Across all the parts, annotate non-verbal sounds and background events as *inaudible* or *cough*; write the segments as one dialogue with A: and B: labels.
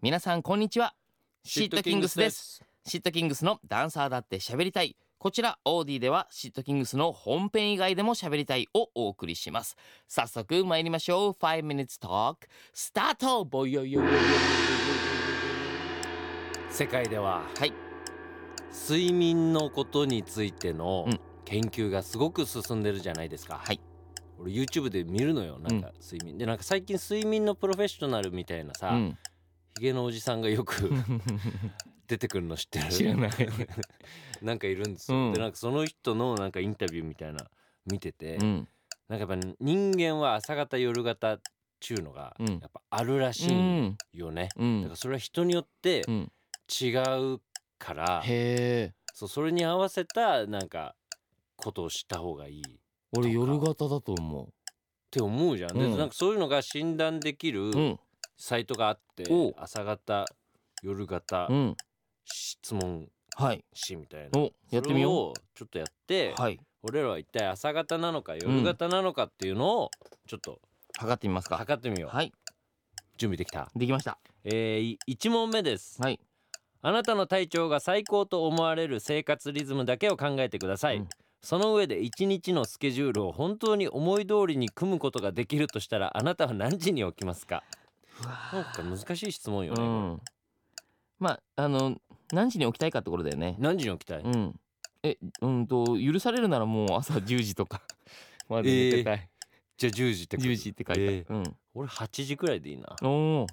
A: 皆さんこんにちはシッ
B: シッ
A: ト
B: ト
A: キ
B: キ
A: ン
B: ン
A: グ
B: グ
A: ス
B: ス
A: で
B: ですす
A: シットキングスのダンサーだって喋りたいこちらオーディではシットキングスの本編以外でも喋りたいをお送りします早速参りましょう5 minutes talk スタートボイヨヨヨヨヨヨヨ
B: 世界では
A: はい
B: 睡眠のことについての
A: うん
B: 研究がすごく進んでるじゃないですか、
A: はい
B: 俺 YouTube で見るのよなんか睡眠、でなんか最近睡眠のプロフェッショナルみたいな
A: う
B: さ、ヒ
A: ん
B: ゲのおじさんがよく出てくるの知ってる
A: 知らない
B: *laughs* なんかいるんですよ、
A: うん
B: でなんかその人のなんかインタビューみたいな見てて、
A: *laughs* うん
B: なんかやっぱ人間は朝方夜型っちゅうのが
A: うん
B: やっぱあるら
A: う
B: しい
A: ん
B: よね、
A: う
B: だか
A: ん
B: らそれは人によって
A: うん
B: 違うから、
A: へえ
B: そうそれに合わせたなんかことをした方がいいっ
A: 俺夜型だと思
B: て思うじゃん。で
A: うん
B: なんかそういうのが診断でき
A: う
B: る
A: うん
B: サイトがあって、
A: おう
B: 朝方夜型
A: うん
B: 質問
A: はい
B: しみたいな。
A: おやってみよ
B: うちょっとやって、
A: うはい
B: 俺らは一体朝方なのか夜型なのかっていうのをちょっと
A: 測ってみますか
B: 測ってみよう、
A: はい
B: 準備できた、
A: できました
B: えー、1問目です
A: はい
B: あなたの体調が最高と思われる生活リズムだけを考えてください、
A: うん
B: その上で一日のスケジュールを本当に思い通りに組むことができるとしたらあなたは何時に起きますかなんか難しい質問よね、
A: う
B: こ
A: ん、まああの何時に起きたいかってことだよね
B: れ何時に起きたい、
A: うんえうんと許されるならもう朝10時とか *laughs* まで寝てたい、
B: じゃあ10時ってこと
A: 10時って書いてある
B: えー俺8時くらいでいいな
A: うん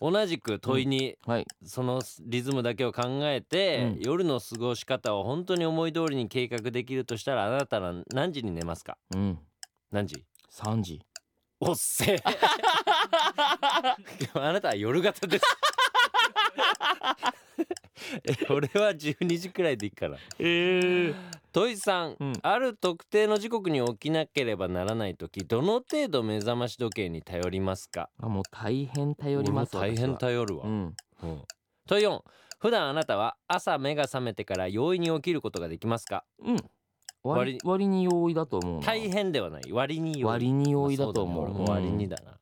A: お
B: 同じく問いに
A: おはい
B: そのリズムだけを考えて、
A: うん
B: 夜の過ごし方を本当に思い通りに計画できるとしたらあなたは何時に寝ますか
A: うん
B: 何時
A: 3時
B: おっ
A: *laughs*
B: せえあなたは夜
A: *laughs*
B: 型ですえ俺は12時くらいでいいから
A: ええ
B: 土井さん、
A: うん
B: ある特定の時刻に起きなければならない時どの程度目覚まし時計に頼りますか
A: あもう大変頼ります
B: 俺も大変
A: り
B: 頼るわ、
A: うん
B: うん問い4普段あなたは朝目が覚めてから容易に起きることができますか
A: うん割割に容易だと思うな
B: 大変ではない割に容易
A: 割に容易だと思う,、
B: まあそだね俺も割にだな、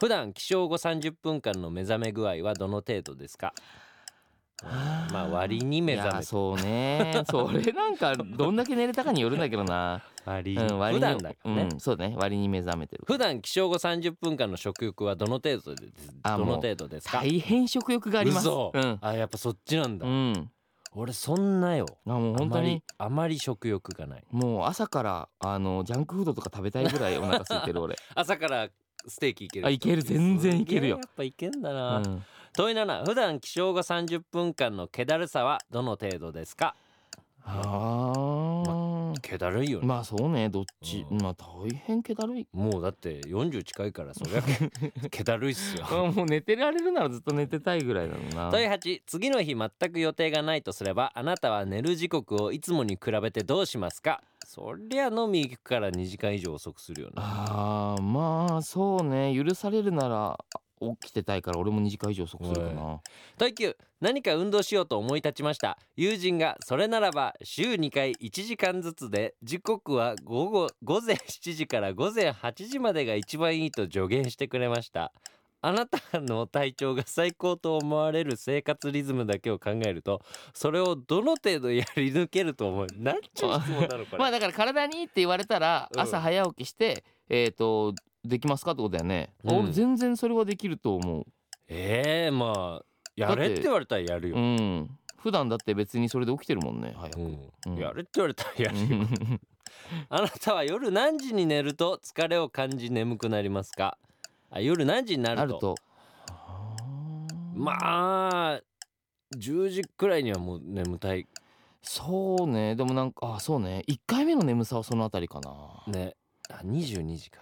B: 普段起床後30分間の目覚め具合はどの程度ですか
A: はあ
B: まあ割に
A: うん
B: 目
A: い
B: 覚
A: や
B: めて
A: そうねそれなんかどんだけ寝れたかによるんだけどな、
B: 割
A: う
B: に、
A: ん、割
B: 普
A: に
B: 段だからね、
A: うん、そうだね割に目覚めてる
B: 普段起床後30分間の食欲はどの程度で
A: あ
B: ど
A: も
B: の
A: う
B: 程度ですか
A: 大変食欲があります。
B: 嘘
A: うん。
B: あやっぱそっちなんだ、
A: うん。
B: 俺そんなよ
A: あもう本当に
B: あまりあまり食欲がない
A: もう朝からあのジャンクフードとか食べたいぐらいお腹空いてる *laughs* 俺。
B: 朝からステーキいける
A: あいける全然いけるよ
B: すげえやっぱいけんだ
A: う
B: な、
A: ん。
B: 問い7普段起床後30分間の気だるさはどの程度ですか
A: ああ。
B: 気だるいよね、
A: まあそうねどっち
B: うん
A: まあ大変気だるい。
B: もうだって40近いからそりゃ *laughs* 気だるいっすよ
A: あもう寝てられるならずっと寝てたいぐらいだろう
B: 問い
A: な。
B: 8次の日全く予定がないとすればあなたは寝る時刻をいつもに比べてどうしますかそりゃ飲み行くから2時間以上遅くするよね
A: ああまあそうね許されるなら起きてたいから俺も2時間以上遅くするかな。
B: 問い9何か運動しようと思い立ちました友人がそれならば週2回1時間ずつで時刻は午後午前7時から午前8時までが一番いいと助言してくれましたあなたの体調が最高と思われる生活リズムだけを考えるとそれをどの程度やり抜けると思うなんちゅう質問なのこれ、
A: まあだから体にいいって言われたら
B: うん
A: 朝早起きして、えっ、とできますかってことだよね、
B: うん
A: 俺全然それはできると思う
B: ええまあやれって言われたらやるよ、
A: うん普段だって別にそれで起きてるもんね早く、
B: う
A: うんん
B: やれって言われたらやるよ、
A: *laughs* うん
B: あなたは夜何時に寝ると疲れを感じ眠くなりますかあ夜何時にな
A: あ
B: る
A: る
B: と
A: と
B: まあ10時くらいにはもう眠たい
A: そうねでもなんかあそうね1回目の眠さはそのあたりかな、
B: ねあ22時か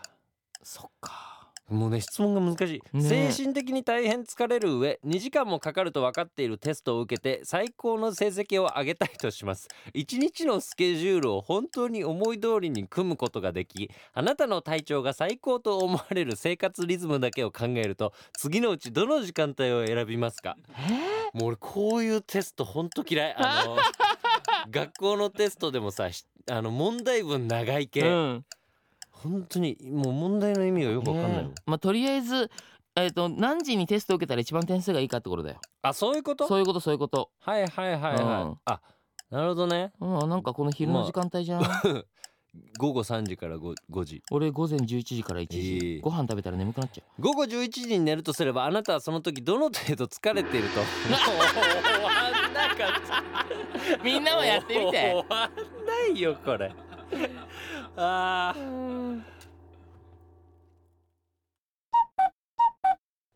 A: そっか
B: もうね質問が難しい、
A: ねえ
B: 精神的に大変疲れる上2時間もかかると分かっているテストを受けて最高の成績を上げたいとします1日のスケジュールを本当に思い通りに組むことができあなたの体調が最高と思われる生活リズムだけを考えると次のうちどの時間帯を選びますか
A: えー、
B: もう俺こういうテストほんと嫌いあ
A: *laughs*
B: の学校のテストでもさしあの問題文長い系、
A: うん
B: 本当にもう問題の意味がよくわかんないもん、
A: ねまあとりあえずえっ、と何時にテスト受けたら一番点数がいいかってことだよ
B: あそういうこと
A: そういうことそういうこと
B: はいはいはいはい、
A: うん
B: あなるほどね
A: うんなんかこの昼の時間帯じゃん、
B: 午後3時から 5, 5時
A: 俺午前11時から1時、
B: ええ
A: ご飯食べたら眠くなっちゃう
B: 午後11時に寝るとすればあなたはその時どの程度疲れているともう終わんなかった
A: みんなもやってみて
B: 終わんないよこれあー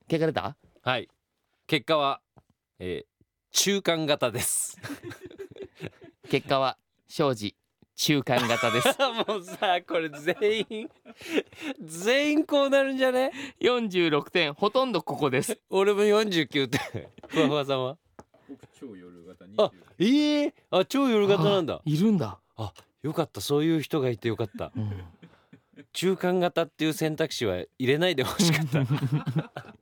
A: 結果出た
B: はい結果は、えー中間型です
A: 結果は庄司中間型です
B: *laughs* もうさこれ全員全員こうなるんじゃね
A: 46点ほとんどここです
B: 俺も49点
C: *laughs*
B: ふわふわさんは
C: 僕超夜型に
B: あえー、あ超夜型なん
A: あ
B: だ
A: いるんだ、
B: よかったそういう人がいてよかった
A: うん
B: 中間型っていう選択肢は入れないでほしかった